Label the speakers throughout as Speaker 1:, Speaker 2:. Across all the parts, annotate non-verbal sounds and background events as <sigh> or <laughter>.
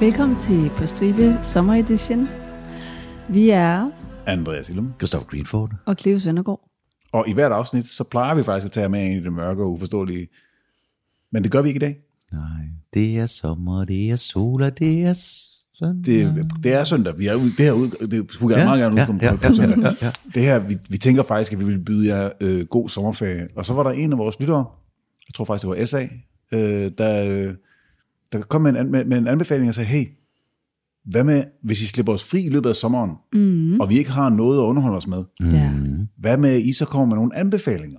Speaker 1: Velkommen til På Stribe Summer Edition. Vi er
Speaker 2: Andreas Illum.
Speaker 3: Christopher Greenford.
Speaker 1: og Cleo Søndergaard.
Speaker 2: Og i hvert afsnit, så plejer vi faktisk at tage med ind i det mørke og uforståelige. Men det gør vi ikke i dag.
Speaker 3: Nej, det er sommer, det er sol, og det er søndag.
Speaker 2: Det, det er søndag. Vi er ude, det her ud, det skulle jeg
Speaker 3: Ja,
Speaker 2: meget gerne ud
Speaker 3: ja,
Speaker 2: på,
Speaker 3: ja,
Speaker 2: på,
Speaker 3: ja,
Speaker 2: på søndag.
Speaker 3: ja, ja.
Speaker 2: Det her, vi, vi tænker faktisk, at vi vil byde jer øh, god sommerferie. Og så var der en af vores lyttere, jeg tror faktisk, det var SA, øh, der, øh, der kom med en, an- med, med en anbefaling og sagde, hey, hvad med, hvis I slipper os fri i løbet af sommeren, mm. og vi ikke har noget at underholde os med,
Speaker 1: Mm. Ja.
Speaker 2: hvad med, at I så kommer med nogle anbefalinger?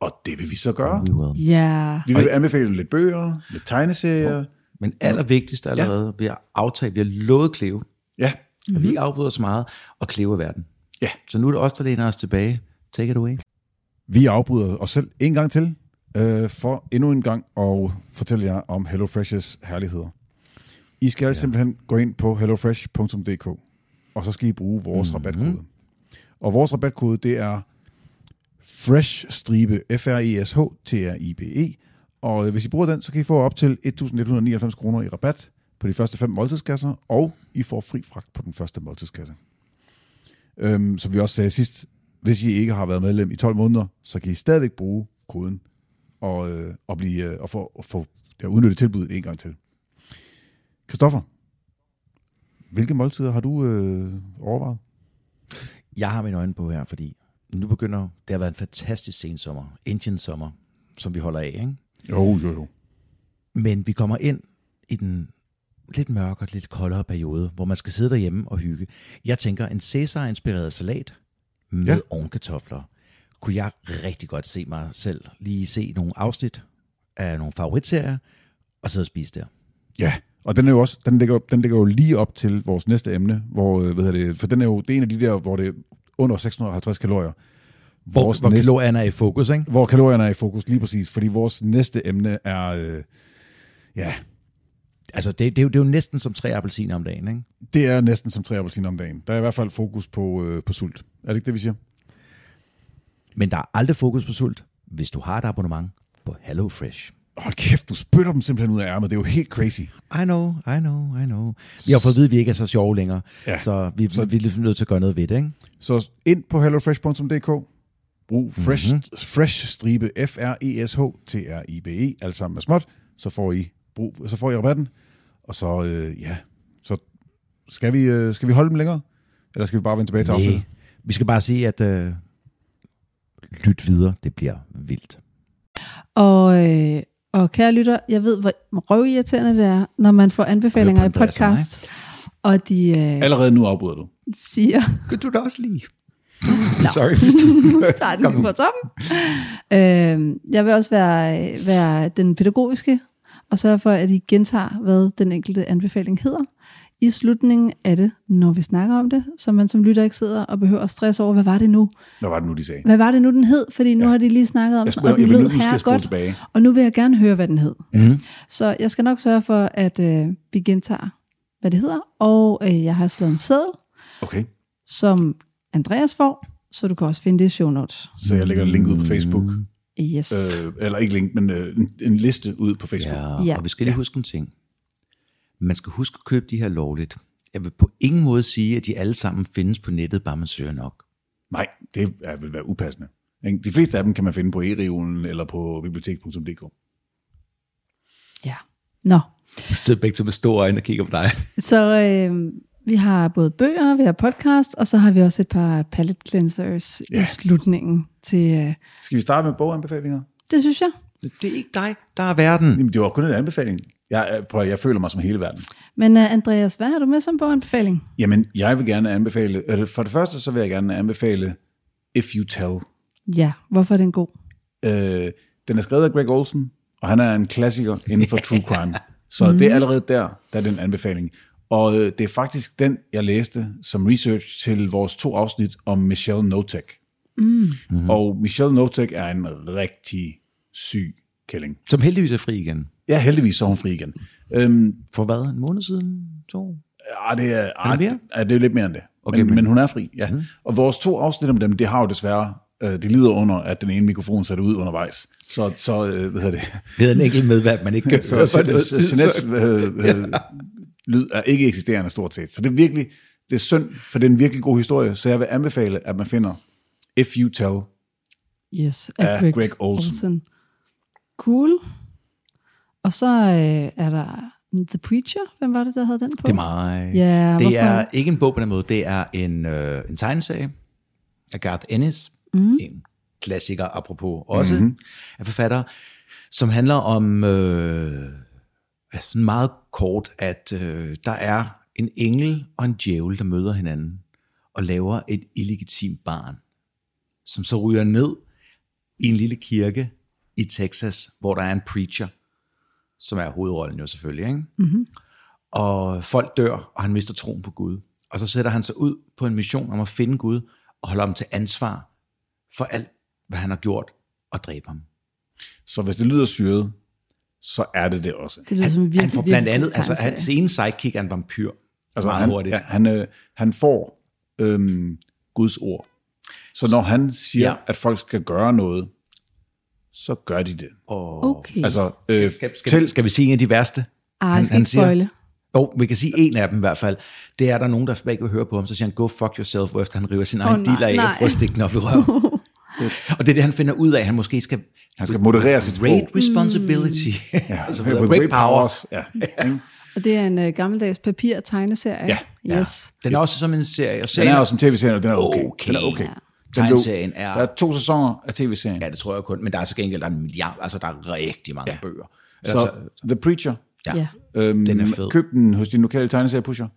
Speaker 2: Og det vil vi så gøre.
Speaker 1: ja.
Speaker 2: Vi vil anbefale lidt bøger, lidt tegneserier.
Speaker 3: Men allervigtigst allerede, vi har aftalt, vi har lovet Cleo,
Speaker 2: Ja,
Speaker 3: og vi ikke afbryder så meget, og Cleo er verden.
Speaker 2: ja.
Speaker 3: Så nu er det os, der læner os tilbage. Take it away.
Speaker 2: Vi afbryder os selv en gang til, øh, for endnu en gang at fortælle jer om HelloFresh's herligheder. I skal ja. simpelthen gå ind på hellofresh.dk, og så skal I bruge vores mm-hmm. rabatkode. Og vores rabatkode, det er FRESH-stribe, E F-R-E-S-H-T-R-I-B-E, og øh, hvis I bruger den, så kan I få op til 1.199 kroner i rabat på de første fem måltidskasser, og I får fri fragt på den første måltidskasse. Øhm, som vi også sagde sidst, hvis I ikke har været medlem i 12 måneder, så kan I stadigvæk bruge koden og, øh, og, blive, øh, og få, og få ja, udnyttet tilbuddet en gang til. Christoffer, hvilke måltider har du øh, overvejet?
Speaker 3: Jeg har mine øjne på her, fordi nu begynder, det har været en fantastisk sensommer, Indian sommer, som vi holder af, ikke?
Speaker 2: Jo, jo, jo.
Speaker 3: Men vi kommer ind i den lidt mørkere, lidt koldere periode, hvor man skal sidde derhjemme og hygge. Jeg tænker, en Cæsar-inspireret salat med
Speaker 2: Ja.
Speaker 3: ja. ovenkartofler, kunne jeg rigtig godt se mig selv lige se nogle afsnit af nogle favoritserier, og sidde og spise der.
Speaker 2: Ja, og den, er jo også, den, ligger, den ligger jo lige op til vores næste emne, hvor, øh, hvad hedder det, for den er jo det er en af de der, hvor det er under 650 kalorier.
Speaker 3: Hvor, hvor kiloerne er i fokus, ikke?
Speaker 2: hvor kalorierne er i fokus, lige præcis, fordi vores næste emne er, øh, ja,
Speaker 3: Altså, det, det, er jo, det er jo næsten som tre appelsiner om dagen, ikke?
Speaker 2: Det er næsten som tre appelsiner om dagen. Der er i hvert fald fokus på, øh, på sult. Er det ikke det, vi siger?
Speaker 3: Men der er aldrig fokus på sult, hvis du har et abonnement på HelloFresh.
Speaker 2: Hold kæft, du spytter dem simpelthen ud af ærmet. Det er jo helt crazy.
Speaker 3: I know, I know, I know. Vi har fået at vide, at vi ikke er så sjove længere,
Speaker 2: Ja.
Speaker 3: ja. så vi,
Speaker 2: Så-
Speaker 3: så... vi er lidt nødt til at gøre noget ved det, ikke?
Speaker 2: Så ind på hellofresh.dk. Brug fresh, mm-hmm. fresh stribe E F-R-E-S-H-T-R-I-B-E, E, alt sammen med småt. Så får I, brug, så får I rabatten. Og så, øh, ja, så skal vi, øh, skal vi holde dem længere? Eller skal vi bare vende tilbage til afsnittet?
Speaker 3: Nej. Vi skal bare sige, at øh, lyt videre. Det bliver vildt.
Speaker 1: Og, øh, og kære lytter, jeg ved, hvor røvirriterende det er, når man får anbefalinger i
Speaker 3: Det er altså på Andreas og
Speaker 1: podcast, og de øh,
Speaker 2: Allerede nu afbryder du.
Speaker 3: <laughs>
Speaker 1: siger,
Speaker 3: Kunne du da også lige? Sorry, hvis du...
Speaker 1: tager den lige på toppen. Øh, jeg vil også være, øh, være den pædagogiske, og sørge for, at I gentager, hvad den enkelte anbefaling hedder, i slutningen af det, når vi snakker om det, så man som lytter ikke sidder og behøver at stresse over, hvad var det nu?
Speaker 2: Hvad var det nu, de sagde?
Speaker 1: Hvad var det nu, den hed? Fordi nu ja. har de lige snakket om
Speaker 2: Jeg
Speaker 1: den,
Speaker 2: spurgte-
Speaker 1: og den
Speaker 2: jeg blev
Speaker 1: lød
Speaker 2: nødt til at
Speaker 1: her
Speaker 2: spole
Speaker 1: godt,
Speaker 2: tilbage. Mhm.
Speaker 1: og nu vil jeg gerne høre, hvad den hed.
Speaker 3: Mm.
Speaker 1: Så jeg skal nok sørge for, at øh, vi gentager, hvad det hedder. Og øh, jeg har slået en sædel,
Speaker 2: Okay,
Speaker 1: som Andreas får, så du kan også finde det i show notes.
Speaker 2: så jeg lægger et link ud på Facebook.
Speaker 1: Yes. Øh.
Speaker 2: Øh, eller ikke link, men øh, en, en liste ud på Facebook.
Speaker 3: <laughs> Ja,
Speaker 1: Ja.
Speaker 3: ja, og vi skal lige huske en ting. Man skal huske at købe de her lovligt. Jeg vil på ingen måde sige, at de alle sammen findes på nettet, bare man søger nok.
Speaker 2: Nej, det er, vil være upassende. Ikke? De fleste af dem kan man finde på e-regionen eller på bibliotek.dk.
Speaker 1: Ja. Nå,
Speaker 3: Jeg sidder begge to med store øjne og kigger på dig.
Speaker 1: så øh, vi har både bøger, vi har podcast, og så har vi også et par palette cleansers ja. i slutningen til... Øh,
Speaker 2: Skal vi starte med boganbefalinger?
Speaker 1: det synes jeg.
Speaker 3: Det er ikke dig, der er verden.
Speaker 2: Jamen, det var kun en anbefaling. Jeg, er- prøv, at- jeg føler mig som hele verden.
Speaker 1: Men øh, Andreas, hvad har du med som boganbefaling?
Speaker 2: Jamen, jeg vil gerne anbefale... Eller for det første, så vil jeg gerne anbefale If You Tell.
Speaker 1: Ja, hvorfor er den god?
Speaker 2: Øh, den er skrevet af Greg Olsen, og han er en klassiker inden for true crime. Så det er allerede der, der er den anbefaling. Og øh, det er faktisk den, jeg læste som research til vores to afsnit om Michelle Notek. Mm. Og Michelle Notek er en rigtig syg kælling.
Speaker 3: Som heldigvis er fri igen.
Speaker 2: Ja, heldigvis så er hun fri igen. Øhm,
Speaker 3: For hvad? En måned siden? To?
Speaker 2: Ah, det er, ah,
Speaker 3: det mere?
Speaker 2: det, ja, det er lidt mere end det. Okay,
Speaker 3: Okay,
Speaker 2: men, men,
Speaker 3: men-
Speaker 2: men hun er fri, ja. Mm. Og vores to afsnit om dem, det har jo desværre, øh, det lider under, at den ene mikrofon satte ud undervejs. Så, så øh, hvad hedder det? <laughs>
Speaker 3: Ved en enkelt medvært, man ikke kan
Speaker 2: Så Jeanette øh, øh, lyd er ikke eksisterende stort set. Så det er virkelig, det er synd, for det er en virkelig god historie, så jeg vil anbefale, at man finder If You Tell.
Speaker 1: Yes,
Speaker 2: Af
Speaker 1: af Greg,
Speaker 2: Greg Olsen.
Speaker 1: Cool. Og så øh, er der The Preacher. Hvem var det, der havde den på?
Speaker 3: Det er mig.
Speaker 1: Ja,
Speaker 3: det
Speaker 1: hvorfor?
Speaker 3: er ikke en bog på den måde, det er en, øh, en tegneserie af Garth Ennis, mm. en klassiker apropos også, mm-hmm. af forfatter, som handler om øh, altså meget kort, at øh, der er en engel og en djævel, der møder hinanden og laver et illegitimt barn, som så ryger ned i en lille kirke i Texas, hvor der er en preacher, som er hovedrollen jo selvfølgelig, ikke? og folk dør, og han mister troen på Gud. Og så sætter han sig ud på en mission om at finde Gud, og holder ham til ansvar for alt, hvad han har gjort, og dræber ham.
Speaker 2: Så hvis det lyder syret, så er det det også.
Speaker 1: Det lyder som en virkelig,
Speaker 3: han får blandt
Speaker 1: virkelig
Speaker 3: andet,
Speaker 1: god
Speaker 3: altså
Speaker 1: tegneserie.
Speaker 3: hans ene sidekick er en vampyr, altså
Speaker 2: Altså,
Speaker 3: meget
Speaker 2: han,
Speaker 3: hurtigt.
Speaker 2: Ja, han, øh, han får øhm, Guds ord. Så når han siger,
Speaker 3: Ja.
Speaker 2: ja. at folk skal gøre noget, så gør de det.
Speaker 3: Og,
Speaker 1: Okay. Altså,
Speaker 2: Altså, øh,
Speaker 3: skal, skal, skal, skal vi sige en af de værste?
Speaker 1: ah, jeg
Speaker 3: han-
Speaker 1: skal
Speaker 3: han
Speaker 1: ikke
Speaker 3: siger-
Speaker 1: spoile.
Speaker 3: Jo, vi kan sige en af dem i hvert fald. Det er, at der er nogen, der ikke vil høre på ham, så siger han, go fuck yourself, hvorefter han river sin egen
Speaker 1: nej,
Speaker 3: dealer af
Speaker 1: nej.
Speaker 3: og prøver at stikke den op i
Speaker 1: <laughs>
Speaker 3: røven. og det er det, han finder ud af, han måske skal...
Speaker 2: Han skal moderere sit sprog.
Speaker 3: Great responsibility. Ja, <laughs>
Speaker 2: Altså,
Speaker 3: altså,
Speaker 2: with
Speaker 3: great
Speaker 2: great
Speaker 3: power.
Speaker 2: powers.
Speaker 3: <laughs>
Speaker 2: Ja. Mm.
Speaker 1: Og det er en uh, gammeldags papir tegneserie.
Speaker 2: Ja.
Speaker 1: Yes.
Speaker 3: Den er også som en serie. Og
Speaker 2: Den
Speaker 3: serien
Speaker 2: er også en tv-serie, og den er okay.
Speaker 3: Okay.
Speaker 2: Den er okay.
Speaker 3: Ja.
Speaker 2: Den blev-
Speaker 3: Tegneserien er-
Speaker 2: Der er to sæsoner af tv-serien.
Speaker 3: Ja, det tror jeg kun. Men der er så gengæld der er en milliard, altså der er rigtig mange ja. bøger.
Speaker 2: Så Altså, The Preacher.
Speaker 3: Ja.
Speaker 1: ja.
Speaker 2: Øhm,
Speaker 3: Den er fed.
Speaker 2: Køb den hos din lokale
Speaker 3: <gasps>
Speaker 2: tegneseriepusher.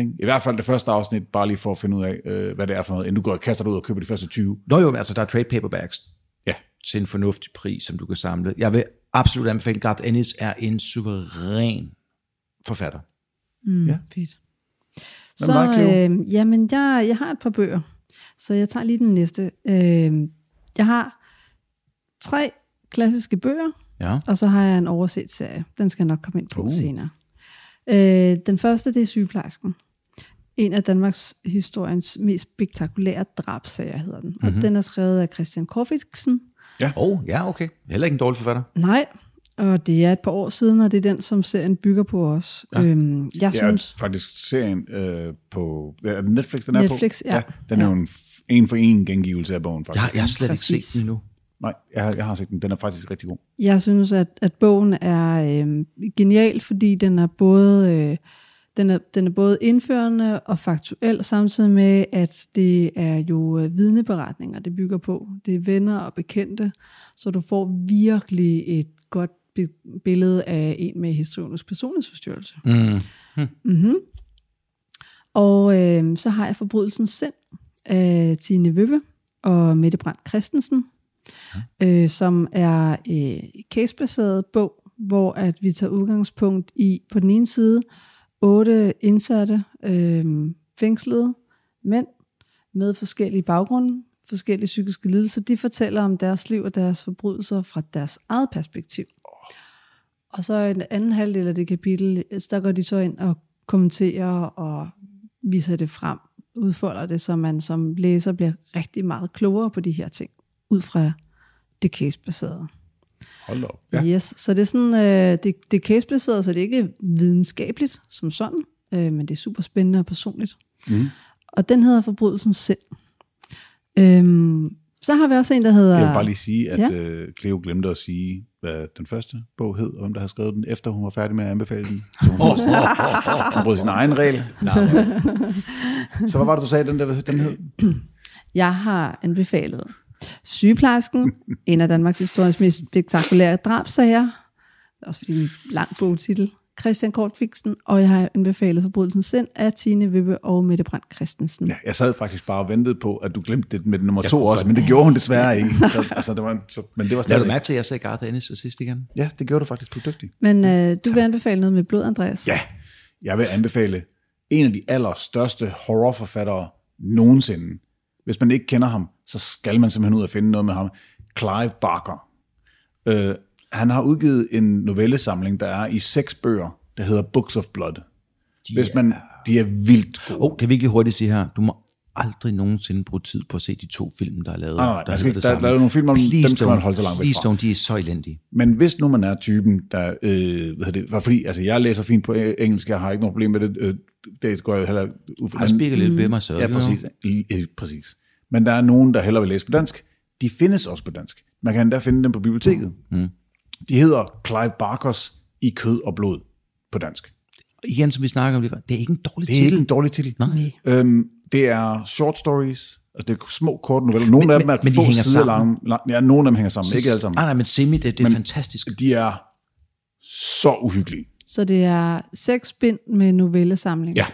Speaker 2: Ikke? I hvert fald det første afsnit, bare lige for at finde ud af, øh, hvad det er for noget, inden du går og kaster dig ud og køber de første 20.
Speaker 3: Nå jo, men altså der er trade paperbacks
Speaker 2: Ja.
Speaker 3: til en fornuftig pris, som du kan samle. Jeg vil absolut anbefale, Garth Ennis er en suveræn forfatter.
Speaker 1: Mm, Fedt.
Speaker 2: Hvad
Speaker 1: så,
Speaker 2: med dig, Cleo?
Speaker 1: øh, jamen, jeg, jeg har et par bøger, så jeg tager lige den næste. Øh, jeg har tre klassiske bøger,
Speaker 3: Ja.
Speaker 1: og så har jeg en overset serie. Den skal jeg nok komme ind på uh. senere. Øh, den første, det er sygeplejersken. En af Danmarks historiens mest spektakulære drabsager hedder den. Mm-hmm.
Speaker 2: Mhm.
Speaker 1: Og den er skrevet af Christian Korfitsen,
Speaker 3: Åh, oh, ja, okay. Heller ikke en dårlig forfatter.
Speaker 1: Nej, og det er et par år siden, og det er den, som serien bygger på os. Ja. Øhm, jeg
Speaker 2: Det er
Speaker 1: synes,
Speaker 2: jo faktisk serien øh, på er det Netflix, den er
Speaker 1: Netflix,
Speaker 2: på.
Speaker 1: ja.
Speaker 2: Den er jo en, en for en gengivelse af bogen,
Speaker 3: Jeg,
Speaker 2: faktisk.
Speaker 3: jeg har slet Præcis. ikke
Speaker 1: Præcis.
Speaker 3: set den nu.
Speaker 2: Nej, jeg, har- jeg har set den. Den er faktisk rigtig god.
Speaker 1: jeg synes at, at bogen er øhm, genial, fordi den er både øh, den er, den er både indførende og faktuel, samtidig med, at det er jo øh, vidneberetninger, det bygger på. Det er venner og bekendte, så du får virkelig et godt bi- billede af en med histrionisk personlighedsforstyrrelse.
Speaker 3: Mm.
Speaker 1: Mm-hmm. Og øh, så har jeg Forbrydelsens Sind af Tine Vøbbe og Mette Brandt Christensen, ja. øh, som er øh, casebaseret bog, hvor at vi tager udgangspunkt i på den ene side otte indsatte øh, fængslede mænd med forskellige baggrunde, forskellige psykiske lidelser. De fortæller om deres liv og deres forbrydelser fra deres eget perspektiv. Og så i den anden halvdel af det kapitel, altså, der går de så ind og kommenterer og viser det frem, udfolder det, så man som læser bliver rigtig meget klogere på de her ting, ud fra det casebaserede.
Speaker 2: Hold da op.
Speaker 1: Ja. Yes, så det er sådan, øh, det, det er casebaseret, så det er ikke videnskabeligt som sådan, øh, men det er super spændende og personligt.
Speaker 2: Mhm.
Speaker 1: Og den hedder Forbrydelsen selv. Øhm, så har vi også en, der hedder...
Speaker 2: Jeg vil bare lige sige, at
Speaker 1: Ja.
Speaker 2: ja. øh, Cleo glemte at sige, hvad den første bog hed, og hvem der havde skrevet den, efter hun var færdig med at anbefale <laughs> den. Så hun, brød, hun brød sin egen regel. <laughs> Så hvad var det, du sagde, den, der, den hed?
Speaker 1: Jeg har anbefalet sygeplejersken, en af Danmarks historiens mest spektakulære drabsager, også fordi det er en lang bogtitel, Christian Kortfiksen, og jeg har anbefalet Forbrydelsen Sind af Tine Vippe og Mette Brandt Christensen.
Speaker 2: Ja, jeg sad faktisk bare og ventede på, at du glemte det med nummer
Speaker 3: Jeg
Speaker 2: to
Speaker 3: kunne
Speaker 2: også,
Speaker 3: godt.
Speaker 2: men det gjorde hun desværre <laughs> ikke. Så, altså, det var en, så, men det var
Speaker 3: Lad du
Speaker 2: stadig...
Speaker 3: mærke til, at jeg sagde Garth Ennis til sidst igen?
Speaker 2: Ja, det gjorde du faktisk. Du er dygtig.
Speaker 1: Men øh, du vil anbefale noget med blod, Andreas?
Speaker 2: Mm. Ja, jeg vil anbefale en af de allerstørste horrorforfattere nogensinde. Hvis man ikke kender ham, så skal man simpelthen ud og finde noget med ham. Clive Barker. Øh, han har udgivet en novellesamling, der er i seks bøger, der hedder Books of Blood. Hvis man, de er vildt gode.
Speaker 3: Åh, oh, kan vi ikke lige hurtigt sige her, du må aldrig nogensinde bruge tid på at se de to film, der er lavet.
Speaker 2: Nej, nej,
Speaker 3: der
Speaker 2: man skal
Speaker 3: hedder
Speaker 2: ikke-
Speaker 3: det
Speaker 2: der er
Speaker 3: samme.
Speaker 2: lavet nogle film om dem,
Speaker 3: Please
Speaker 2: dem skal man
Speaker 3: don't,
Speaker 2: holde sig langt væk
Speaker 3: Please
Speaker 2: fra.
Speaker 3: don't, de er så elendige.
Speaker 2: Men hvis nu man er typen, der... Øh, hvad hedder det, var fordi, altså jeg læser fint på øh, engelsk, jeg har ikke noget problem med det, øh, det går jeg heller... ud fra-
Speaker 3: Jeg spikker lidt ved mig selv.
Speaker 2: Mm. Ja,
Speaker 3: jo.
Speaker 2: præcis. Øh, præcis. Men der er nogen, der hellere vil læse på dansk. De findes også på dansk. Man kan endda finde dem på biblioteket. Mm. De hedder Clive Barkers i kød og blod på dansk.
Speaker 3: Igen, som vi snakker om lige før, det er ikke en dårlig
Speaker 2: Det er ikke
Speaker 3: titel.
Speaker 2: en dårlig titel.
Speaker 3: Nej.
Speaker 2: Øhm, det er short stories, altså det er små, korte noveller. Nogle
Speaker 3: Men-
Speaker 2: af dem er
Speaker 3: men- men de
Speaker 2: få
Speaker 3: hænger
Speaker 2: sider
Speaker 3: sammen. Ah.
Speaker 2: lange. lang- Ja, nogle af dem hænger sammen, ikke alle sammen.
Speaker 3: Nej, nej, men Semi, det, det er fantastisk.
Speaker 2: De er så uhyggelige.
Speaker 1: Så det er seks bind med novellesamling.
Speaker 2: Ja,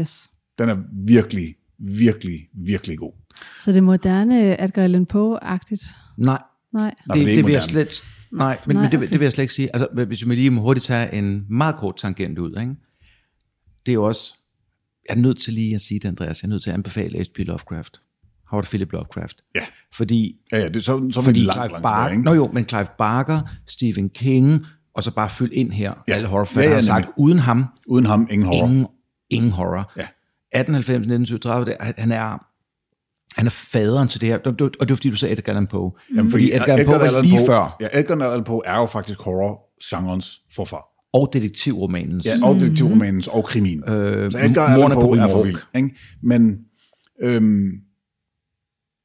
Speaker 1: Yes.
Speaker 2: den er virkelig, virkelig, virkelig god.
Speaker 1: Så det er moderne Edgar Allan Poe-agtigt.
Speaker 3: Nej,
Speaker 1: Nej.
Speaker 2: men
Speaker 3: det,
Speaker 2: det er
Speaker 3: det,
Speaker 2: ikke
Speaker 3: det vil jeg
Speaker 2: moderne.
Speaker 3: slet... Nej, men,
Speaker 1: Nej,
Speaker 3: nej, men det, vil-
Speaker 1: okay.
Speaker 3: det vil jeg slet ikke sige. Altså, hvis vi lige må hurtigt tage en meget kort tangent ud, ikke? det er jo også... Jeg er nødt til lige at sige det, Andreas. Jeg er nødt til at anbefale H.P. Lovecraft. Howard Philip Lovecraft.
Speaker 2: Ja.
Speaker 3: Fordi
Speaker 2: Ja, ja det, så, så er
Speaker 3: fordi
Speaker 2: vi langt,
Speaker 3: Clive
Speaker 2: langt
Speaker 3: Barker,
Speaker 2: tilbage, ikke?
Speaker 3: Nå jo, men Clive Barker, Stephen King, og så bare fyld ind her, ja.
Speaker 2: Ja.
Speaker 3: alle
Speaker 2: Ja,
Speaker 3: horrorfans
Speaker 2: ja,
Speaker 3: ja, har sagt,
Speaker 2: nemlig.
Speaker 3: uden ham,
Speaker 2: Uden ham, ingen horror.
Speaker 3: ingen, ingen horror.
Speaker 2: Ja.
Speaker 3: 1890, 1937, det, han er han er faderen til det her, og det og det var fordi, du sagde Edgar Allan Poe. Jamen, fordi Edgar Allan Poe var lige før,
Speaker 2: Ja, Edgar Allan Poe er jo faktisk horror-genrens forfar.
Speaker 3: og detektivromanens.
Speaker 2: Ja, og detektivromanens og krimin. Øh, så Edgar Allan
Speaker 3: mordene på
Speaker 2: Poe er
Speaker 3: Ry
Speaker 2: for
Speaker 3: Mork.
Speaker 2: vild. Ikke? Men øhm,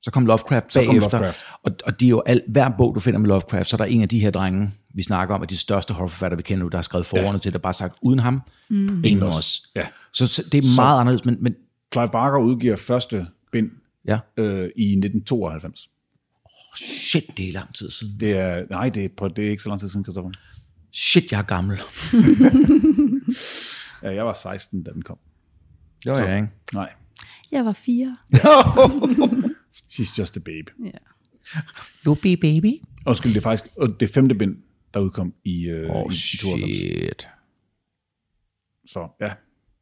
Speaker 3: Så kom Lovecraft
Speaker 2: Så kom
Speaker 3: bagefter.
Speaker 2: Lovecraft.
Speaker 3: Og, og det er jo alt, hver bog, du finder med Lovecraft, så er der en af de her drenge, vi snakker om, at de største horrorforfattere, vi kender nu, der har skrevet forordene ja. til, der bare har sagt, uden ham, mm. ingen os.
Speaker 2: Ja.
Speaker 3: Så, så det er meget så. anderledes, men, men
Speaker 2: Clive Barker udgiver første bind
Speaker 3: ja.
Speaker 2: øh, i 1992.
Speaker 3: Shit, det er lang tid siden.
Speaker 2: Det er, nej, det er, på, det er ikke så lang tid siden, Christoffer.
Speaker 3: Shit, jeg er gammel.
Speaker 2: Ja, jeg var 16, da den kom.
Speaker 3: Det var jeg, ikke?
Speaker 2: Nej,
Speaker 1: Jeg var fire.
Speaker 2: she's just a babe.
Speaker 1: Ja.
Speaker 3: Du be baby.
Speaker 2: Undskyld, det er faktisk og det femte bind, der udkom i, øh,
Speaker 3: Åh, oh,
Speaker 2: i, i 92.
Speaker 3: shit.
Speaker 2: Så ja,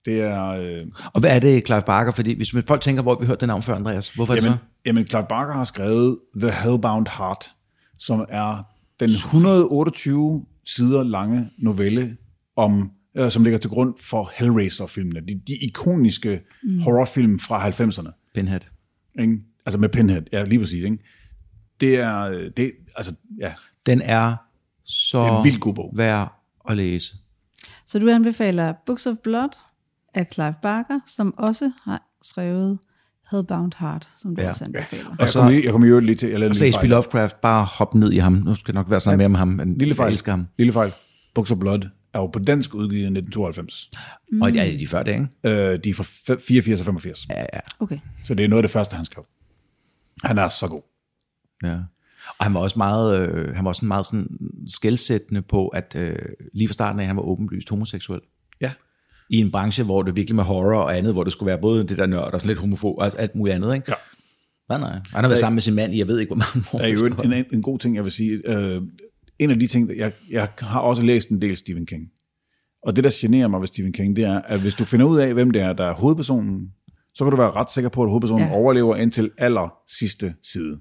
Speaker 2: det er... Øh,
Speaker 3: Og hvad er det, Clive Barker? Fordi hvis folk tænker, hvor har vi hørte det navn før, Andreas, hvorfor er
Speaker 2: Jamen,
Speaker 3: det så?
Speaker 2: jamen, Clive Barker har skrevet The Hellbound Heart, som er den 128 sider lange novelle, om, øh, som ligger til grund for Hellraiser-filmene. De, de ikoniske mm. horrorfilm fra 90'erne.
Speaker 3: Pinhead.
Speaker 2: Ikke? Altså med Pinhead, ja, lige præcis. Ikke? Det er, øh, det, altså, ja,
Speaker 3: Den er så
Speaker 2: Det er en vild god bog.
Speaker 3: værd at læse.
Speaker 1: Så du anbefaler Books of Blood af Clive Barker, som også har skrevet Hellbound Heart, som du
Speaker 3: Ja.
Speaker 1: ja. også anbefaler.
Speaker 2: og så, jeg kommer jo lige til, jeg lavede en
Speaker 3: Så
Speaker 2: lille
Speaker 3: H.P.
Speaker 2: fejl.
Speaker 3: Lovecraft, bare hop ned i ham. Nu skal jeg nok være sådan mere om ham, men
Speaker 2: Lille
Speaker 3: jeg
Speaker 2: fejl.
Speaker 3: elsker ham.
Speaker 2: Lille fejl. Books of Blood er jo på dansk udgivet i 1992.
Speaker 3: Mm. Og det er de før det, ikke?
Speaker 2: Øh, de er fra fe- 84 og 85.
Speaker 3: Ja, ja.
Speaker 1: Okay.
Speaker 2: Så det er noget af det første, han skrev. Han er så god.
Speaker 3: ja. Og han var også meget, øh, han var også sådan meget sådan skældsættende på, at øh, lige fra starten af, han var åbenlyst homoseksuel.
Speaker 2: Ja.
Speaker 3: i en branche, hvor det virkelig med horror og andet, hvor det skulle være både det der nørd og sådan lidt homofob og alt muligt andet, ikke?
Speaker 2: Ja.
Speaker 3: Nej, nej. Han har været sammen med sin mand i, jeg ved ikke, hvor mange år.
Speaker 2: Der er jo
Speaker 3: <laughs>
Speaker 2: en, en, en god ting, jeg vil sige. Øh, en af de ting, jeg, jeg har også læst en del Stephen King. Og det, der generer mig ved Stephen King, det er, at hvis du finder ud af, hvem det er, der er hovedpersonen, så kan du være ret sikker på, at hovedpersonen
Speaker 1: Ja.
Speaker 2: ja. overlever indtil aller sidste side.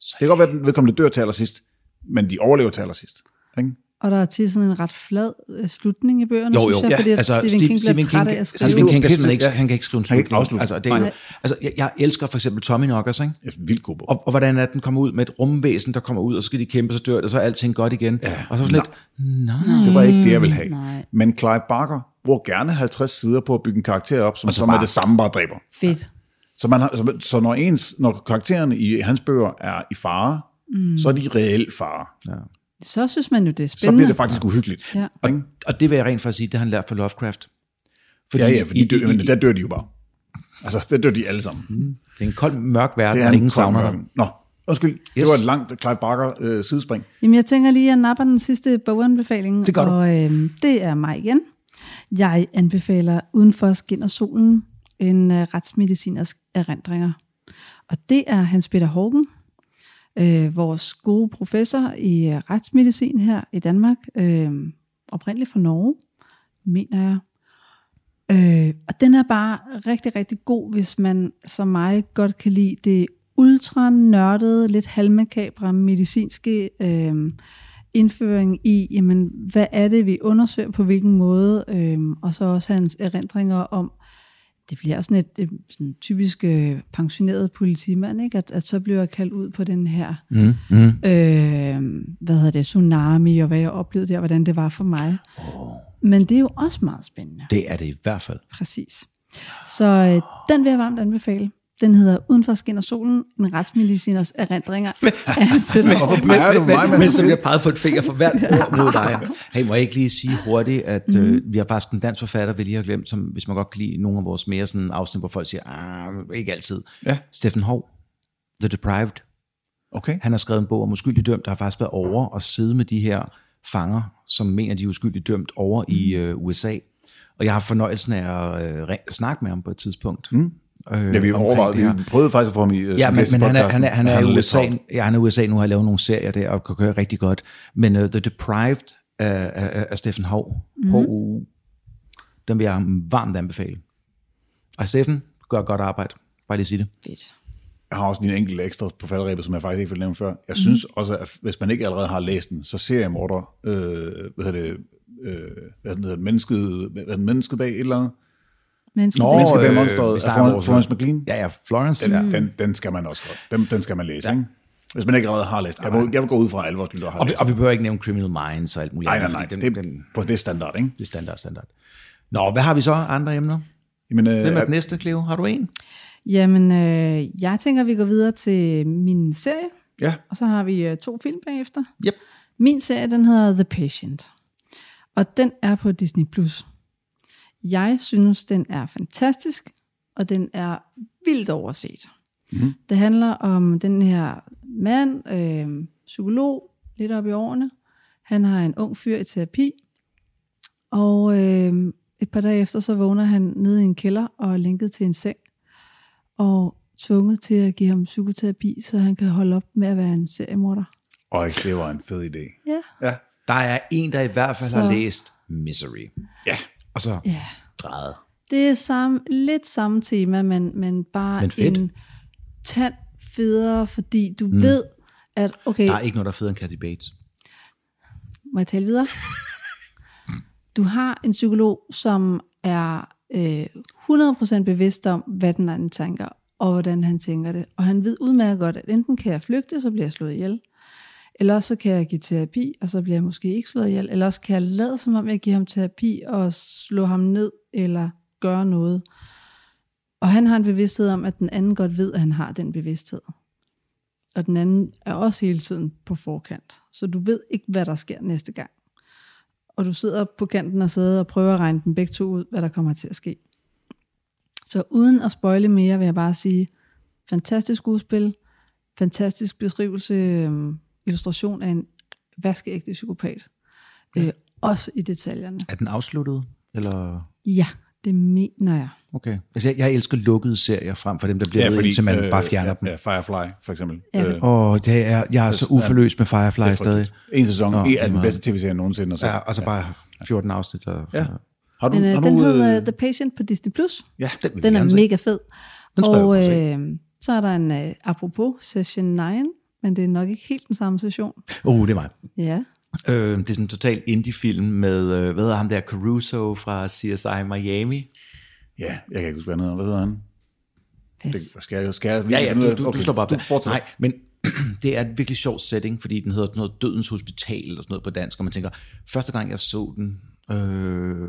Speaker 2: Så det kan godt være, at den vedkommende dør til allersidst, men de overlever til allersidst. Ikke?
Speaker 1: Og der er til sådan en ret flad øh, slutning i bøgerne,
Speaker 3: Jo, jo.
Speaker 1: synes jeg,
Speaker 3: Ja,
Speaker 1: fordi at altså, Stephen King bliver træt af at
Speaker 3: Stephen King
Speaker 1: skrive.
Speaker 2: skrive.
Speaker 3: kan simpelthen ikke,
Speaker 2: Ja.
Speaker 3: han kan ikke skrive en
Speaker 2: Han kan ikke
Speaker 3: slutning.
Speaker 2: afslutte.
Speaker 3: Altså, det er jo,
Speaker 1: Nej.
Speaker 3: altså jeg, jeg, elsker for eksempel Tommy Knockers, ikke?
Speaker 2: Et vildt god bog.
Speaker 3: Og, og, hvordan er den kommer ud med et rumvæsen, der kommer ud, og så skal de kæmpe, så dør det, og så er alting godt igen. Ja, og så er sådan lidt, nej.
Speaker 2: Det var ikke det, jeg ville have.
Speaker 1: nej.
Speaker 2: Men Clive Barker bruger gerne 50 sider på at bygge en karakter op, som,
Speaker 3: så
Speaker 2: som er
Speaker 3: bare-
Speaker 2: det samme, bare dræber.
Speaker 1: Fedt.
Speaker 2: Så, man har, så, så når, ens, når karaktererne i hans bøger er i fare, mm. så er de reelt fare. Ja.
Speaker 1: Så synes man jo, det er
Speaker 2: Så
Speaker 1: spændende.
Speaker 2: bliver det faktisk uhyggeligt.
Speaker 1: Ja.
Speaker 2: Ikke?
Speaker 3: Og det vil jeg rent faktisk sige, det har han lært fra Lovecraft. Fordi
Speaker 2: Ja, ja, for
Speaker 3: i-
Speaker 2: de
Speaker 3: i-
Speaker 2: dør,
Speaker 3: i-
Speaker 2: men der dør de jo bare. Altså, der dør de alle sammen.
Speaker 3: Det er en kold, mørk verden,
Speaker 2: Det er
Speaker 3: og ingen
Speaker 2: en
Speaker 3: savner
Speaker 2: savner
Speaker 3: dig.
Speaker 2: Nå, undskyld. Yes. Det
Speaker 3: Yes.
Speaker 2: var et langt Clive Barker øh, sidespring.
Speaker 1: Jamen, jeg tænker lige, at jeg napper den sidste boganbefaling.
Speaker 3: Det gør du.
Speaker 1: Og øhm, det er mig igen. Jeg anbefaler Udenfor skinner solen en øh, retsmediciners erindringer. Og det er Hans Peter Hågen, øh, vores gode professor i øh, retsmedicin her i Danmark, øh, oprindeligt fra Norge, mener jeg. Øh, og den er bare rigtig, rigtig god, hvis man som mig godt kan lide det ultra nørdede, lidt halvmakabre medicinske øh, indføring i, jamen, hvad er det, vi undersøger, på hvilken måde, øh, og så også hans erindringer om, det bliver også sådan et, et sådan typisk øh, pensioneret politimand, ikke? At, at så bliver jeg kaldt ud på den her,
Speaker 3: Mm, mm.
Speaker 1: øh, hvad hedder det, tsunami, og hvad jeg oplevede der, og hvordan det var for mig.
Speaker 3: Oh,
Speaker 1: Men det er jo også meget spændende.
Speaker 3: det er det i hvert fald.
Speaker 1: Præcis. Så øh, den vil jeg varmt anbefale. Den hedder Udenfor skinner solen, en retsmediciners erindringer.
Speaker 2: Hvorfor peger du mig med
Speaker 3: men
Speaker 2: sådan
Speaker 3: så
Speaker 2: lidt?
Speaker 3: bliver peget på et finger for hvert ord mod dig. Hey, må jeg ikke lige sige hurtigt, at mm. øh, vi har faktisk en dansk forfatter, vi lige har glemt, som hvis man godt kan lide nogle af vores mere sådan afsnit, hvor folk siger, ah, ikke altid.
Speaker 2: Ja.
Speaker 3: Steffen Hov, The Deprived.
Speaker 2: Okay.
Speaker 3: Han har skrevet en bog om uskyldig dømt, der har faktisk været over og sidde med de her fanger, som mener, de er uskyldigt dømt over i
Speaker 2: Mm.
Speaker 3: øh, USA. Og jeg har fornøjelsen af at øh, ring- snakke med ham på et tidspunkt. Mm. Øh,
Speaker 2: Ja, vi overvejede,
Speaker 3: omkring det her.
Speaker 2: vi prøvede faktisk at få ham i øh,
Speaker 3: Ja,
Speaker 2: som
Speaker 3: men,
Speaker 2: gæst i
Speaker 3: men han, er, han,
Speaker 2: podcasten.
Speaker 3: er, han, er,
Speaker 2: Han
Speaker 3: i
Speaker 2: lidt
Speaker 3: USA,
Speaker 2: travlt.
Speaker 3: ja, han er i USA nu, har lavet nogle serier der, og kan køre rigtig godt. Men uh, The Deprived af, af, af Steffen Hov,
Speaker 2: Mm-hmm.
Speaker 3: mm. HOU, den vil jeg varmt anbefale. Og Steffen gør godt arbejde, bare lige sige det.
Speaker 1: Fedt.
Speaker 2: Jeg har også lige en enkelt ekstra på faldrebet, som jeg faktisk ikke fik nævnt før.
Speaker 3: Mhm.
Speaker 2: Jeg synes også, at hvis man ikke allerede har læst den, så ser jeg morder, øh, hvad hedder det, øh, hvad hedder det, mennesket, hvad hedder det, mennesket bag et eller andet.
Speaker 1: Mennesker,
Speaker 2: Nå, Mennesket bag
Speaker 3: øh,
Speaker 2: monsteret
Speaker 3: hvis
Speaker 2: af
Speaker 3: der er
Speaker 2: Florence,
Speaker 3: vores-
Speaker 2: Florence McLean.
Speaker 3: Ja, ja, Florence.
Speaker 2: Den, den, den skal man også godt. Den, den skal man læse, ja. ikke? Hvis man ikke allerede har læst. Jeg, må, jeg vil gå ud fra, at alle vores lyttere har
Speaker 3: Og, vi,
Speaker 2: læst.
Speaker 3: og vi behøver ikke nævne Criminal Minds og alt muligt
Speaker 2: Nej, nej,
Speaker 3: andet,
Speaker 2: nej.
Speaker 3: fordi
Speaker 2: det,
Speaker 3: Den, den,
Speaker 2: på det standard, ikke?
Speaker 3: det er standard, standard. Nå, hvad har vi så andre emner?
Speaker 2: Jamen, øh,
Speaker 3: Hvem er den næste, Cleo? Har du en?
Speaker 1: Jamen, øh, jeg tænker, vi går videre til min serie,
Speaker 2: ja,
Speaker 1: og så har vi øh, to film bagefter.
Speaker 3: Yep.
Speaker 1: Min serie, den hedder The Patient, og den er på Disney+. Plus. Jeg synes, den er fantastisk, og den er vildt overset. Mm-hmm. Det handler om den her mand, øh, psykolog, lidt op i årene. Han har en ung fyr i terapi, og øh, et par dage efter, så vågner han nede i en kælder og er lænket til en seng, og tvunget til at give ham psykoterapi, så han kan holde op med at være en seriemorder.
Speaker 2: og det var en fed idé.
Speaker 1: Ja.
Speaker 2: Ja,
Speaker 3: Der er en, der i hvert fald så.
Speaker 1: Så-
Speaker 3: har læst Misery. Ja. Og så
Speaker 1: Ja.
Speaker 3: drejet.
Speaker 1: Det er samme, lidt samme tema, men, men bare
Speaker 3: Men fedt.
Speaker 1: en tand federe, fordi du mm. ved, at... Okay,
Speaker 3: Der er ikke noget, der er federe end Kathy Bates.
Speaker 1: Må jeg tale videre? Du har en psykolog, som er øh, 100% bevidst om, hvad den anden tænker, og hvordan han tænker det. Og han ved udmærket godt, at enten kan jeg flygte, så bliver jeg slået ihjel. Eller også så kan jeg give terapi, og så bliver jeg måske ikke slået ihjel. Eller også kan jeg lade, som om jeg giver ham terapi, og slå ham ned, eller gøre noget. Og han har en bevidsthed om, at den anden godt ved, at han har den bevidsthed og den anden er også hele tiden på forkant. Så du ved ikke, hvad der sker næste gang. Og du sidder på kanten og sidder og prøver at regne dem begge to ud, hvad der kommer til at ske. Så uden at spoile mere, vil jeg bare sige, fantastisk skuespil, fantastisk beskrivelse, øhm, illustration af en vaskeægte psykopat. Øh, også i detaljerne.
Speaker 3: Er den afsluttet? Eller...
Speaker 1: Ja, det mener jeg.
Speaker 3: Okay. Altså, jeg, jeg elsker lukkede serier frem for dem, der bliver
Speaker 2: ja
Speaker 3: ja, ved, indtil man øh, bare fjerner
Speaker 2: ja,
Speaker 3: dem.
Speaker 2: Ja, Firefly, for eksempel.
Speaker 1: Ja,
Speaker 2: Øh,
Speaker 1: det-
Speaker 3: Åh, oh, det er, jeg er så uforløst med Firefly stadig.
Speaker 2: En sæson
Speaker 3: Nå,
Speaker 2: oh,
Speaker 3: det er
Speaker 2: er den
Speaker 3: meget.
Speaker 2: bedste tv-serie nogensinde. Og så.
Speaker 3: Ja, og så bare 14 afsnit. Og,
Speaker 2: ja. Har du,
Speaker 1: Men
Speaker 2: har
Speaker 1: øh,
Speaker 2: du,
Speaker 1: den hedder
Speaker 2: øh,
Speaker 1: øh, The Patient på Disney+. Plus.
Speaker 2: ja,
Speaker 3: Den, vil vi
Speaker 1: Den
Speaker 3: gerne
Speaker 1: er
Speaker 3: se.
Speaker 1: mega fed.
Speaker 3: Den skal
Speaker 1: og
Speaker 3: jeg
Speaker 1: øh, så er der en øh, apropos session 9, men det er nok ikke helt den samme session.
Speaker 3: Uh, det er mig.
Speaker 1: Ja.
Speaker 3: Øh, det er sådan en total indie-film med, øh, hvad hedder ham der, Caruso fra CSI Miami.
Speaker 2: ja, jeg kan ikke huske, hvad han hedder. Hvad hedder han?
Speaker 1: Pas.
Speaker 2: Det, skal jeg, skal jeg
Speaker 3: Ja, ja, du, du,
Speaker 2: okay,
Speaker 3: du slår bare op.
Speaker 2: Du fortsætter.
Speaker 3: Nej, men <clears throat> det er et virkelig sjovt setting, fordi den hedder sådan noget Dødens Hospital eller sådan noget på dansk, og man tænker, første gang jeg så den, øh,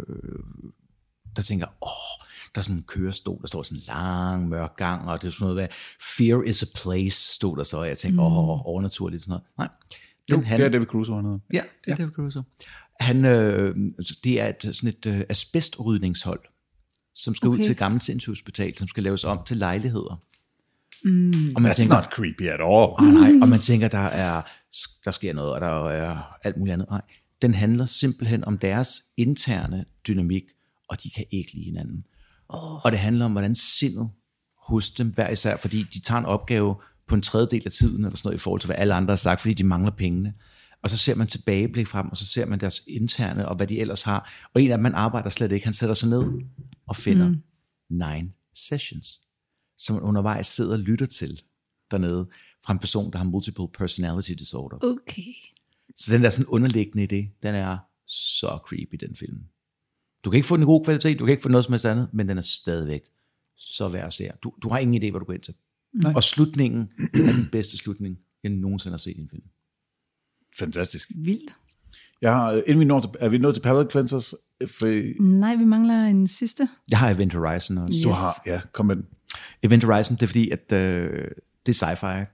Speaker 3: der tænker, åh, der er sådan en kørestol, der står i sådan en lang, mørk gang, og det er sådan noget, hvad, fear is a place, stod der så, og jeg
Speaker 2: Mm.
Speaker 3: tænkte, åh, overnaturligt, sådan noget. Nej, den
Speaker 2: Jo, det er David Crusoe, han hedder.
Speaker 3: Ja, det er David Caruso. Han, øh, det er et, sådan et øh, asbestrydningshold, som skal okay. ud
Speaker 1: Okay.
Speaker 3: til et gammelt sindshospital, som skal laves om til lejligheder. Mm. Og man
Speaker 2: That's
Speaker 3: tænker,
Speaker 2: not creepy at all.
Speaker 3: oh, nej, og man tænker, der er der sker noget, og der er alt muligt andet. Nej, den handler simpelthen om deres interne dynamik, og de kan ikke lide hinanden. Oh. Og det handler om, hvordan sindet hos dem hver især, fordi de tager en opgave på en tredjedel af tiden, eller sådan noget, i forhold til, hvad alle andre har sagt, fordi de mangler pengene. Og så ser man tilbageblik frem, og så ser man deres interne, og hvad de ellers har. Og en af dem, man arbejder slet ikke, han sætter sig ned og finder mm. nine sessions som man undervejs sidder og lytter til dernede, fra en person, der har multiple personality disorder.
Speaker 1: Okay.
Speaker 3: Så den der sådan underliggende idé, den er så creepy, den film. Du kan ikke få den i god kvalitet, du kan ikke få noget som helst andet, men den er stadigvæk så værd at se. Du, du har ingen idé, hvor du går ind til.
Speaker 2: Nej.
Speaker 3: Nej. Og slutningen er den bedste slutning, jeg nogensinde har set i en film.
Speaker 2: Fantastisk.
Speaker 1: Vildt.
Speaker 2: Jeg har, inden vi når til, er vi nået til palate cleansers? For,
Speaker 1: Nej, vi mangler en sidste.
Speaker 3: Jeg har Event Horizon også.
Speaker 2: Du
Speaker 1: Yes.
Speaker 2: har, ja, kom med den.
Speaker 3: Event Horizon, det er fordi, at øh, det er sci-fi,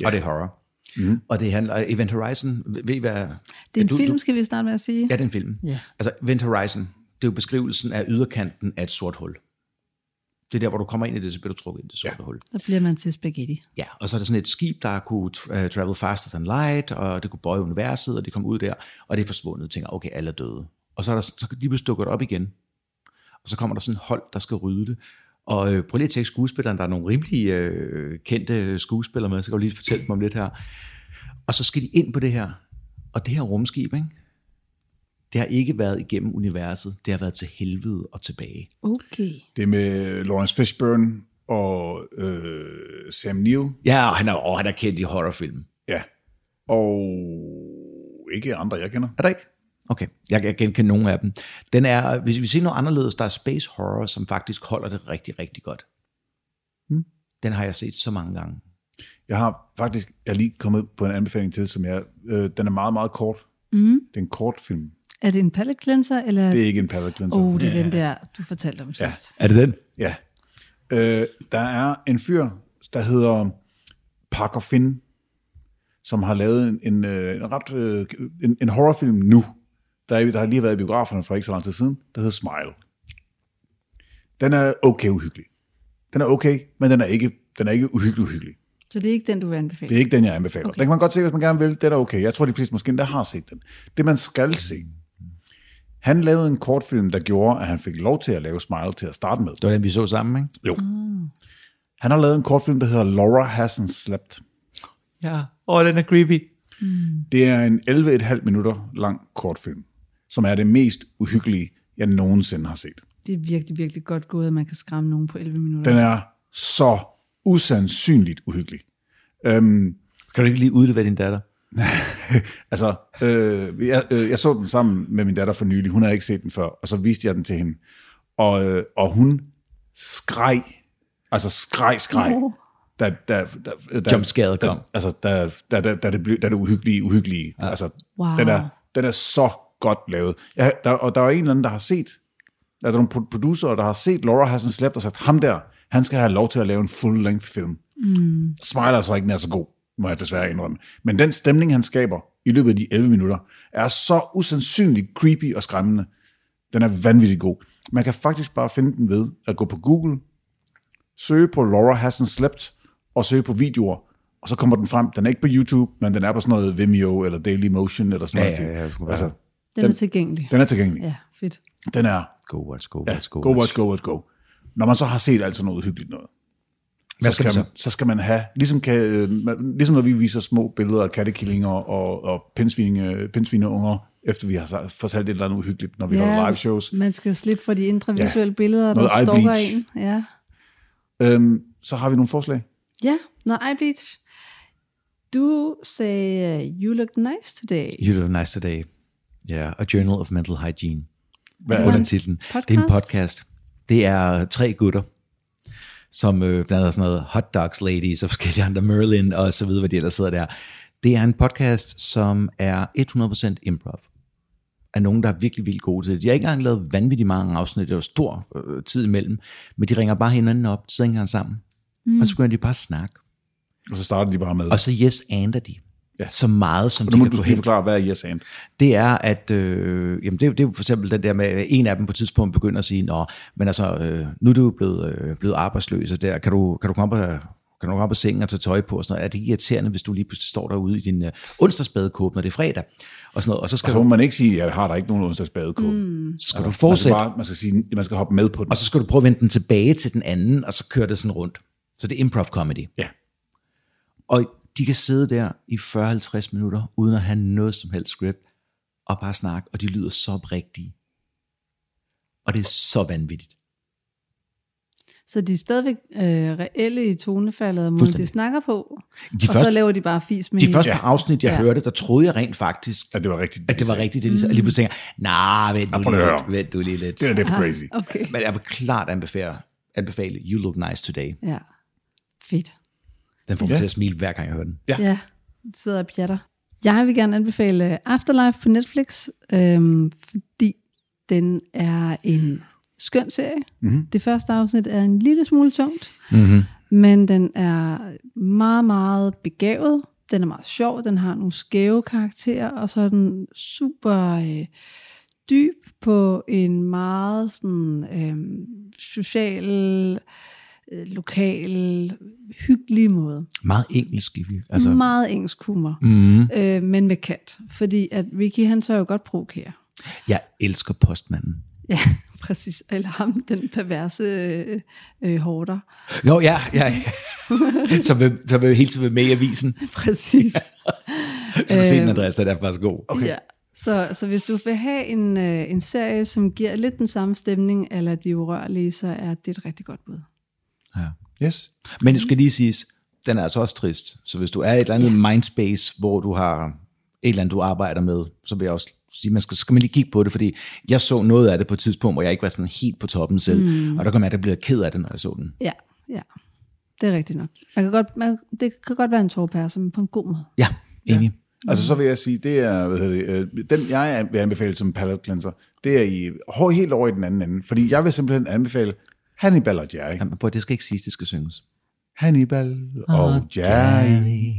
Speaker 2: Ja. Mhm.
Speaker 3: og det er horror. Mm. Og det handler, Event Horizon, ved ved I hvad?
Speaker 1: Det er en
Speaker 3: du-
Speaker 1: film,
Speaker 3: du-
Speaker 1: skal vi starte med at sige.
Speaker 3: Ja, det er en film.
Speaker 1: Ja.
Speaker 3: Altså, Event Horizon, det er jo beskrivelsen af yderkanten af et sort hul. Det er der, hvor du kommer ind i det, så bliver du trukket ind i det sorte ja. hul.
Speaker 1: Der bliver man til spaghetti.
Speaker 3: Ja, og så er der sådan et skib, der kunne tra- øh, travel faster than light, og det kunne bøje universet, og det kom ud der, og det er forsvundet. Jeg tænker, okay, alle er døde. Og så er der så lige pludselig dukker det op igen. Og så kommer der sådan et hold, der skal rydde det. Og øh, prøv lige at tjekke skuespilleren, der er nogle rimelig øh, kendte skuespillere med, så kan du lige fortælle dem om lidt her. Og så skal de ind på det her. Og det her rumskib, ikke? det har ikke været igennem universet, det har været til helvede og tilbage.
Speaker 1: Okay.
Speaker 2: Det er med Lawrence Fishburne og øh, Sam Neill.
Speaker 3: Ja, og han er, og han er kendt i horrorfilm.
Speaker 2: Ja. Og ikke andre, jeg kender.
Speaker 3: Er der ikke? Okay, jeg kan genkende nogle af dem. Den er, hvis vi ser noget anderledes, der er space horror, som faktisk holder det rigtig, rigtig godt. Hmm? Den har jeg set så mange gange.
Speaker 2: Jeg har faktisk, jeg er lige kommet på en anbefaling til, som jeg, øh, den er meget, meget kort. Mm. Det er en kort film.
Speaker 1: Er det en palette cleanser, eller...
Speaker 2: Det er ikke en palate cleanser.
Speaker 1: Åh, oh, det er den der, du fortalte om sidst.
Speaker 3: Er det den?
Speaker 2: Ja. Øh, der er en fyr, der hedder Parker Finn, som har lavet en, en, øh, en ret øh, en, en horrorfilm nu, der, er, der har lige været i biograferne for ikke så lang tid siden, der hedder Smile. Den er okay uhyggelig. Den er okay, men den er ikke, den er ikke uhyggelig uhyggelig.
Speaker 1: Så det er ikke den, du vil anbefale?
Speaker 2: Det er ikke den, jeg anbefaler. Okay. Den kan man godt se, hvis man gerne vil. Den er okay. Jeg tror, de fleste måske endda har set den. Det, man skal se. Han lavede en kortfilm, der gjorde, at han fik lov til at lave Smile til at starte med.
Speaker 3: Det var den, vi så sammen, ikke?
Speaker 2: Jo. Han har lavet en kortfilm, der hedder Laura Hasn't Slept.
Speaker 3: Ja. Åh, oh, den er creepy.
Speaker 2: Det er en 11,5 minutter lang kortfilm, som er det mest uhyggelige, jeg nogensinde har set.
Speaker 1: Det er virkelig, virkelig godt gået, at man kan skræmme nogen på 11 minutter.
Speaker 2: Den er så usandsynligt uhyggelig. Øhm,
Speaker 3: Skal du ikke lige udlevere din datter?
Speaker 2: altså, øh, jeg, øh, jeg så den sammen med min datter for nylig. Hun havde ikke set den før, og så viste jeg den til hende. Og, øh, og hun skreg, altså skreg, skreg,
Speaker 1: Åh.
Speaker 2: da, da, da, da
Speaker 3: Jumpscaret
Speaker 2: da-
Speaker 3: kom.
Speaker 2: Altså, da, da, da, da, det, blev, da det uhyggelige, uhyggelige. Ja. Altså,
Speaker 1: Wow.
Speaker 2: den, er, den er så godt lavet. Ja, der, og der er en eller anden, der har set, altså, der er nogle pro- producerer, der har set Laura Hassan Slept og sagt, ham der, han skal have lov til at lave en full-length film. Mm. Smile er så ikke nær så god, må jeg desværre indrømme. Men den stemning, han skaber i løbet af de 11 minutter, er så usandsynligt creepy og skræmmende. Den er vanvittig god. Man kan faktisk bare finde den ved at gå på Google, søge på Laura Hasn't Slept, og søge på videoer, og så kommer den frem. Den er ikke på YouTube, men den er på sådan noget Vimeo, eller Daily Motion, eller sådan
Speaker 3: Ja,
Speaker 2: noget.
Speaker 3: ja, ja, det skulle være.
Speaker 2: altså,
Speaker 1: den er tilgængelig.
Speaker 2: den er tilgængelig.
Speaker 1: Ja, fedt.
Speaker 2: Den er
Speaker 3: Go watch, go
Speaker 2: ja,
Speaker 3: watch,
Speaker 2: go watch, go watch, go. Når man så har set alt sådan noget hyggeligt noget,
Speaker 3: Hvad skal man
Speaker 2: man,
Speaker 3: så?
Speaker 2: så skal man have, ligesom, kan, øh, man- ligesom når vi viser små billeder af kattekillinger og, og pindsvine, pindsvineunger, efter vi har sa- fortalt et eller andet uhyggeligt, når vi ja. holder live shows,
Speaker 1: man skal slippe for de indre
Speaker 2: Ja.
Speaker 1: visuelle billeder, der
Speaker 2: Noget eye
Speaker 1: stalker
Speaker 2: bleach.
Speaker 1: en. Ja.
Speaker 2: øhm, så har vi nogle forslag.
Speaker 1: ja, noget eye bleach. Du sagde, you look nice today.
Speaker 3: You look nice today. Ja, yeah, A Journal of Mental Hygiene.
Speaker 2: Hvad
Speaker 1: Det
Speaker 2: er
Speaker 1: var
Speaker 2: det?
Speaker 3: under
Speaker 1: en
Speaker 3: titlen. Det er en
Speaker 1: podcast?
Speaker 3: podcast. Det er tre gutter, som øh, blandt andet sådan noget Hot Dogs Ladies og forskellige andre, Merlin og så videre, hvad de ellers sidder der. Det er en podcast, som er 100% improv er nogen, der er virkelig, virkelig gode til det. De har ikke engang lavet vanvittigt mange afsnit, der er jo stor øh, tid imellem, men de ringer bare hinanden op, sidder ikke engang sammen, mm. og så begynder de bare at snakke.
Speaker 2: Og så starter de bare med.
Speaker 3: Og så yes ander de,
Speaker 2: Ja.
Speaker 3: ja. så meget som
Speaker 2: nu
Speaker 3: de
Speaker 2: må
Speaker 3: kan
Speaker 2: du
Speaker 3: få
Speaker 2: lige
Speaker 3: hen
Speaker 2: forklare, hvad er yes and?
Speaker 3: det er, at øh, jamen det, er jo- det er jo for eksempel den der med, at en af dem på et tidspunkt begynder at sige, Nå, men altså, øh, nu er du jo blevet, øh, blevet arbejdsløs, og der, kan, du, kan du komme op og kan du komme op på sengen og tage tøj på og sådan noget. Er det ikke irriterende, hvis du lige pludselig står derude i din øh, onsdagsbadekåb, når det er fredag? Og sådan noget. Og så skal,
Speaker 2: Og så
Speaker 3: du,
Speaker 2: må man ikke sige, jeg har der ikke nogen onsdagsbadekåb. Mm.
Speaker 3: så skal du
Speaker 2: Man skal,
Speaker 3: fortsætte,
Speaker 2: bare, man skal, sige, man skal hoppe med på den.
Speaker 3: og så skal du prøve at vende den tilbage til den anden, og så kører det sådan rundt. Så det er improv comedy.
Speaker 2: ja.
Speaker 3: Og de kan sidde der i 40-50 minutter, uden at have noget som helst script, og bare snakke, og de lyder så rigtige. Og det er så vanvittigt.
Speaker 1: Så de er stadigvæk øh, reelle i tonefaldet, og måden de
Speaker 3: Fuldstændig.
Speaker 1: snakker på.
Speaker 3: De
Speaker 1: og så
Speaker 3: første-
Speaker 1: laver de bare fis med
Speaker 3: De
Speaker 1: hinanden.
Speaker 3: første par afsnit, jeg
Speaker 1: Ja.
Speaker 3: ja. hørte, der troede jeg rent faktisk,
Speaker 2: ja,
Speaker 3: at,
Speaker 2: det var rigtigt.
Speaker 3: at det var rigtigt, det lige, mm. lige pludselig tænker, jeg, nah, vent
Speaker 2: prøv
Speaker 3: nu
Speaker 2: lige at
Speaker 3: lige
Speaker 2: høre."
Speaker 3: lidt, vent du lige lidt.
Speaker 2: Det er det for crazy.
Speaker 1: Okay.
Speaker 3: Men jeg vil klart anbefale, anbefale You Look Nice Today.
Speaker 1: Ja. Fedt.
Speaker 3: Den får mig
Speaker 2: Ja.
Speaker 3: til at smile, hver gang jeg hører den.
Speaker 1: Ja. ja. Sidder og pjatter. Jeg vil gerne anbefale øh, Afterlife på Netflix, øhm, fordi den er en skøn serie. Mm-hmm. Det første afsnit er en lille smule tungt,
Speaker 3: Mm-hmm.
Speaker 1: men den er meget, meget begavet. Den er meget sjov, den har nogle skæve karakterer, og så er den super øh, dyb på en meget sådan, øh, social, øh, lokal, hyggelig måde.
Speaker 3: Meget engelsk. i vi- Altså,
Speaker 1: Altså, meget engelsk humor,
Speaker 3: mm.
Speaker 1: øh, men med kant. Fordi at Ricky, han tør jo godt provokere.
Speaker 3: Jeg elsker postmanden.
Speaker 1: <laughs> Ja, præcis. Eller ham, den perverse øh, øh, hårder.
Speaker 3: Nå, ja, ja, <laughs> ja. så, vil, så vil hele tiden være med i avisen.
Speaker 1: <laughs> Præcis.
Speaker 3: Du skal se den, Andreas, den er faktisk god.
Speaker 1: Okay. Ja. Så, så hvis du vil have en, øh, en serie, som giver lidt den samme stemning, eller de urørlige, så er det et rigtig godt bud.
Speaker 3: Ja.
Speaker 2: Yes.
Speaker 3: Men det skal lige siges, den er altså også trist. Så hvis du er i et eller andet ja. mindspace, hvor du har et eller andet, du arbejder med, så vil jeg også sige, man skal, så skal man lige kigge på det, fordi jeg så noget af det på et tidspunkt, hvor jeg ikke var sådan helt på toppen selv, mm. og der kom jeg, der blev jeg ked af det, når jeg så den.
Speaker 1: Ja, ja. Det er rigtigt nok. Man kan godt, man, det kan godt være en tårpærse, men på en god måde.
Speaker 3: Ja, enig. Ja.
Speaker 2: Altså så vil jeg sige, det er, hvad hedder det, øh, den jeg an- vil anbefale som palate cleanser, det er i, hår- helt over i den anden ende, fordi jeg vil simpelthen anbefale Hannibal og Jerry.
Speaker 3: Jamen, prøv, det skal ikke siges, det skal synges.
Speaker 2: Hannibal og Jerry.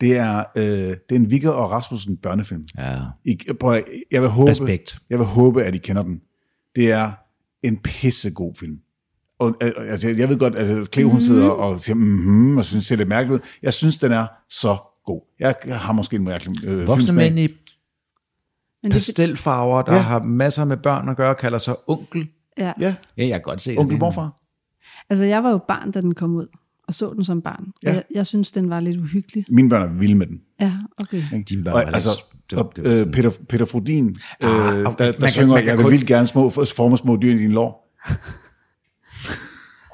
Speaker 2: Det er, øh, det er en Vigga og Rasmussen børnefilm.
Speaker 3: Ja.
Speaker 2: I, prøv, at- jeg, vil håbe,
Speaker 3: Respekt.
Speaker 2: jeg vil håbe, at I kender den. Det er en pissegod film. Og, øh, øh, altså, jeg ved godt, at Cleo hun sidder og siger, mm-hmm, og synes, det ser lidt mærkeligt ud. Jeg synes, den er så god. Jeg har måske en mærkelig øh,
Speaker 3: Voksne
Speaker 2: filmsmag.
Speaker 3: mænd i
Speaker 1: Men det,
Speaker 3: pastelfarver, der
Speaker 2: Ja.
Speaker 3: ja. har masser med børn at gøre, kalder sig onkel.
Speaker 1: ja.
Speaker 2: Ja,
Speaker 3: Ja, jeg kan godt se det.
Speaker 2: onkel morfar.
Speaker 1: Altså, jeg var jo barn, da den kom ud, og så den som barn.
Speaker 2: Ja.
Speaker 1: Ja. Jeg, jeg synes, den var lidt uhyggelig.
Speaker 2: Mine børn er vilde med den.
Speaker 1: Ja, okay.
Speaker 3: Din børn
Speaker 2: Og,
Speaker 3: var lidt-
Speaker 2: altså,
Speaker 3: det-
Speaker 2: og,
Speaker 3: det var
Speaker 2: øh,
Speaker 3: sådan-
Speaker 2: Peter, Peter Frodin, ah, øh,
Speaker 3: Ah,
Speaker 2: der,
Speaker 3: okay.
Speaker 2: der
Speaker 3: Man kan-
Speaker 2: synger,
Speaker 3: man kan
Speaker 2: jeg vil
Speaker 3: kun-
Speaker 2: vildt gerne små, forme små dyr i din lår.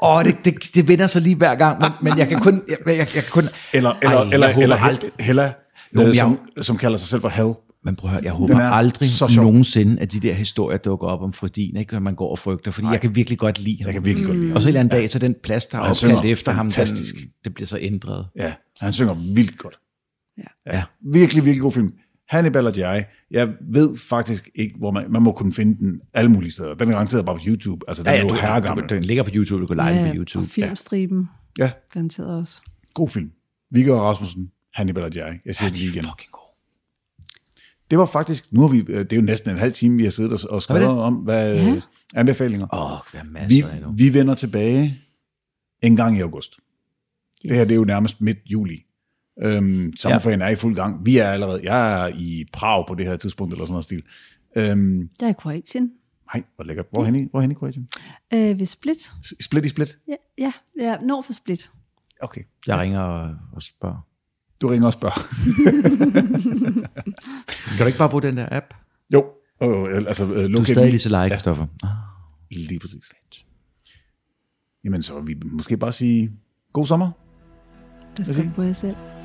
Speaker 3: Åh, oh, det, det, det vender sig lige hver gang, <laughs> men, men jeg kan kun... Jeg, jeg, jeg kan kun
Speaker 2: Eller, eller,
Speaker 3: Ej,
Speaker 2: eller,
Speaker 3: jeg håber
Speaker 2: eller
Speaker 3: aldrig,
Speaker 2: Hella,
Speaker 3: Nå,
Speaker 2: øh,
Speaker 3: men jeg-
Speaker 2: som, som kalder sig selv for Hell.
Speaker 3: men prøv at høre, jeg håber
Speaker 2: er
Speaker 3: aldrig
Speaker 2: så sjov.
Speaker 3: nogensinde, at de der historier dukker op om Fredin, ikke, at man går og frygter, fordi jeg kan virkelig godt lide ham.
Speaker 2: Jeg kan virkelig godt lide
Speaker 3: Og så en eller anden dag, så den plads, der er
Speaker 2: han
Speaker 3: opkaldt
Speaker 2: synger
Speaker 3: efter ham,
Speaker 2: fantastisk.
Speaker 3: den, det bliver så ændret.
Speaker 2: Ja, han synger vildt godt.
Speaker 1: Ja.
Speaker 3: Mm. Ja.
Speaker 2: Virkelig, virkelig god film. Hannibal og jeg, jeg ved faktisk ikke, hvor man, man må kunne finde den alle mulige steder. Den er garanteret bare på YouTube. Altså, den ja, ja, er jo
Speaker 3: du,
Speaker 2: herregammel.
Speaker 3: du, den ligger på YouTube, du kan lege den på YouTube.
Speaker 1: Og filmstriben, ja.
Speaker 2: Ja,
Speaker 1: garanteret også.
Speaker 2: god film. Viggo og Rasmussen, Hannibal og jeg. Jeg siger
Speaker 3: Ja,
Speaker 2: det
Speaker 3: de
Speaker 2: lige
Speaker 3: er
Speaker 2: igen.
Speaker 3: fucking gode.
Speaker 2: Det var faktisk, nu har vi, øh, det er jo næsten en halv time, vi har siddet og, og skrevet
Speaker 3: Har vi
Speaker 2: om, hvad ja.
Speaker 1: Ja.
Speaker 2: anbefalinger.
Speaker 3: Åh, oh, hvad
Speaker 2: Vi,
Speaker 3: masser af nu.
Speaker 2: vi vender tilbage en gang i august. Yes. Det her det er jo nærmest midt juli. Øhm, sommerferien ja. er i fuld gang. Vi er allerede, jeg er i Prag på det her tidspunkt, eller sådan noget stil. Øhm,
Speaker 1: Jeg er i Kroatien.
Speaker 2: nej, hvor lækkert. Hvor hen i, hvor hen i Kroatien?
Speaker 1: Øh, ved Split.
Speaker 2: S- Split i split?
Speaker 1: Ja, ja, ja, nord for Split.
Speaker 2: Okay.
Speaker 3: Jeg ringer og, og spørger.
Speaker 2: Du ringer og spørger. <laughs>
Speaker 3: Kan du ikke bare bruge den der app?
Speaker 2: jo. Oh, altså, øh,
Speaker 3: Du er
Speaker 2: lokal-
Speaker 3: stadig lige så like, Kristoffer. Ja.
Speaker 2: Lige præcis. Jamen, så vil vi måske bare sige god sommer.
Speaker 1: Det skal du på jer selv.